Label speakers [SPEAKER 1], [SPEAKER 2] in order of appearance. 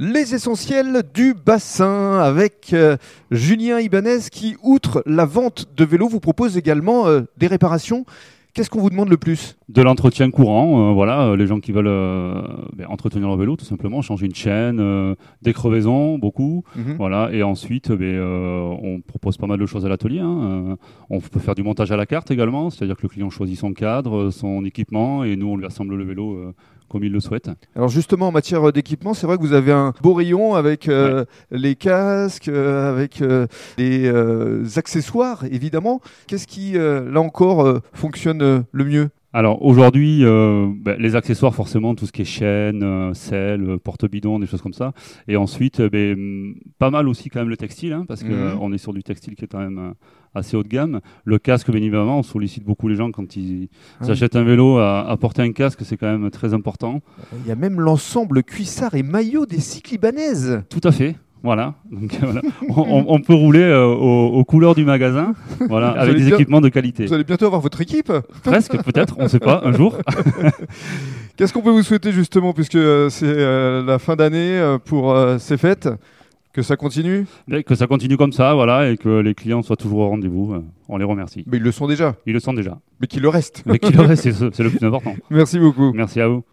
[SPEAKER 1] Les essentiels du bassin avec euh, Julien Ibanez qui, outre la vente de vélos, vous propose également euh, des réparations. Qu'est-ce qu'on vous demande le plus
[SPEAKER 2] De l'entretien courant, euh, voilà, euh, les gens qui veulent euh, ben, entretenir leur vélo, tout simplement, changer une chaîne, euh, des crevaisons, beaucoup, voilà, et ensuite, euh, ben, euh, on propose pas mal de choses à l'atelier. hein, euh, on peut faire du montage à la carte également, c'est-à-dire que le client choisit son cadre, euh, son équipement, et nous, on lui assemble le vélo euh, comme il le souhaite.
[SPEAKER 1] Alors justement, en matière euh, d'équipement, c'est vrai que vous avez un beau rayon avec euh, les casques, euh, avec euh, les euh, accessoires, évidemment. Qu'est-ce qui, euh, là encore, euh, fonctionne euh, le mieux
[SPEAKER 2] Alors aujourd'hui, euh, ben, les accessoires forcément, tout ce qui est chaîne, euh, selle, euh, porte-bidon, des choses comme ça. Et ensuite, euh, ben, hum, pas mal aussi quand même le textile, hein, parce qu'on
[SPEAKER 1] Mhm.
[SPEAKER 2] est sur du textile qui est quand même euh, assez haut de gamme. Le casque, bien évidemment, on sollicite beaucoup les gens quand ils
[SPEAKER 1] Ah
[SPEAKER 2] s'achètent un vélo, à, à porter un casque, c'est quand même très important.
[SPEAKER 1] Il y a même l'ensemble cuissard et maillot des cycles libanaises.
[SPEAKER 2] Tout à fait. Voilà, donc voilà. On, on- on peut rouler euh, aux, aux couleurs du magasin, voilà,
[SPEAKER 1] Vous
[SPEAKER 2] avec
[SPEAKER 1] allez
[SPEAKER 2] des
[SPEAKER 1] dire-
[SPEAKER 2] équipements de qualité.
[SPEAKER 1] Vous allez bientôt avoir votre équipe.
[SPEAKER 2] Presque, peut-être, on ne sait pas, un jour.
[SPEAKER 1] Qu'est-ce qu'on peut vous souhaiter justement, puisque euh, c'est euh, la fin d'année euh, pour euh, ces fêtes Que ça continue
[SPEAKER 2] Mais que ça continue comme ça, voilà, et que les clients soient toujours au rendez-vous. euh, On les remercie.
[SPEAKER 1] Mais ils le sont déjà,
[SPEAKER 2] Ils le sentent déjà.
[SPEAKER 1] mais qu'il le reste.
[SPEAKER 2] Mais qu'ils le restent, c'est c'est le plus important.
[SPEAKER 1] Merci beaucoup.
[SPEAKER 2] Merci à vous.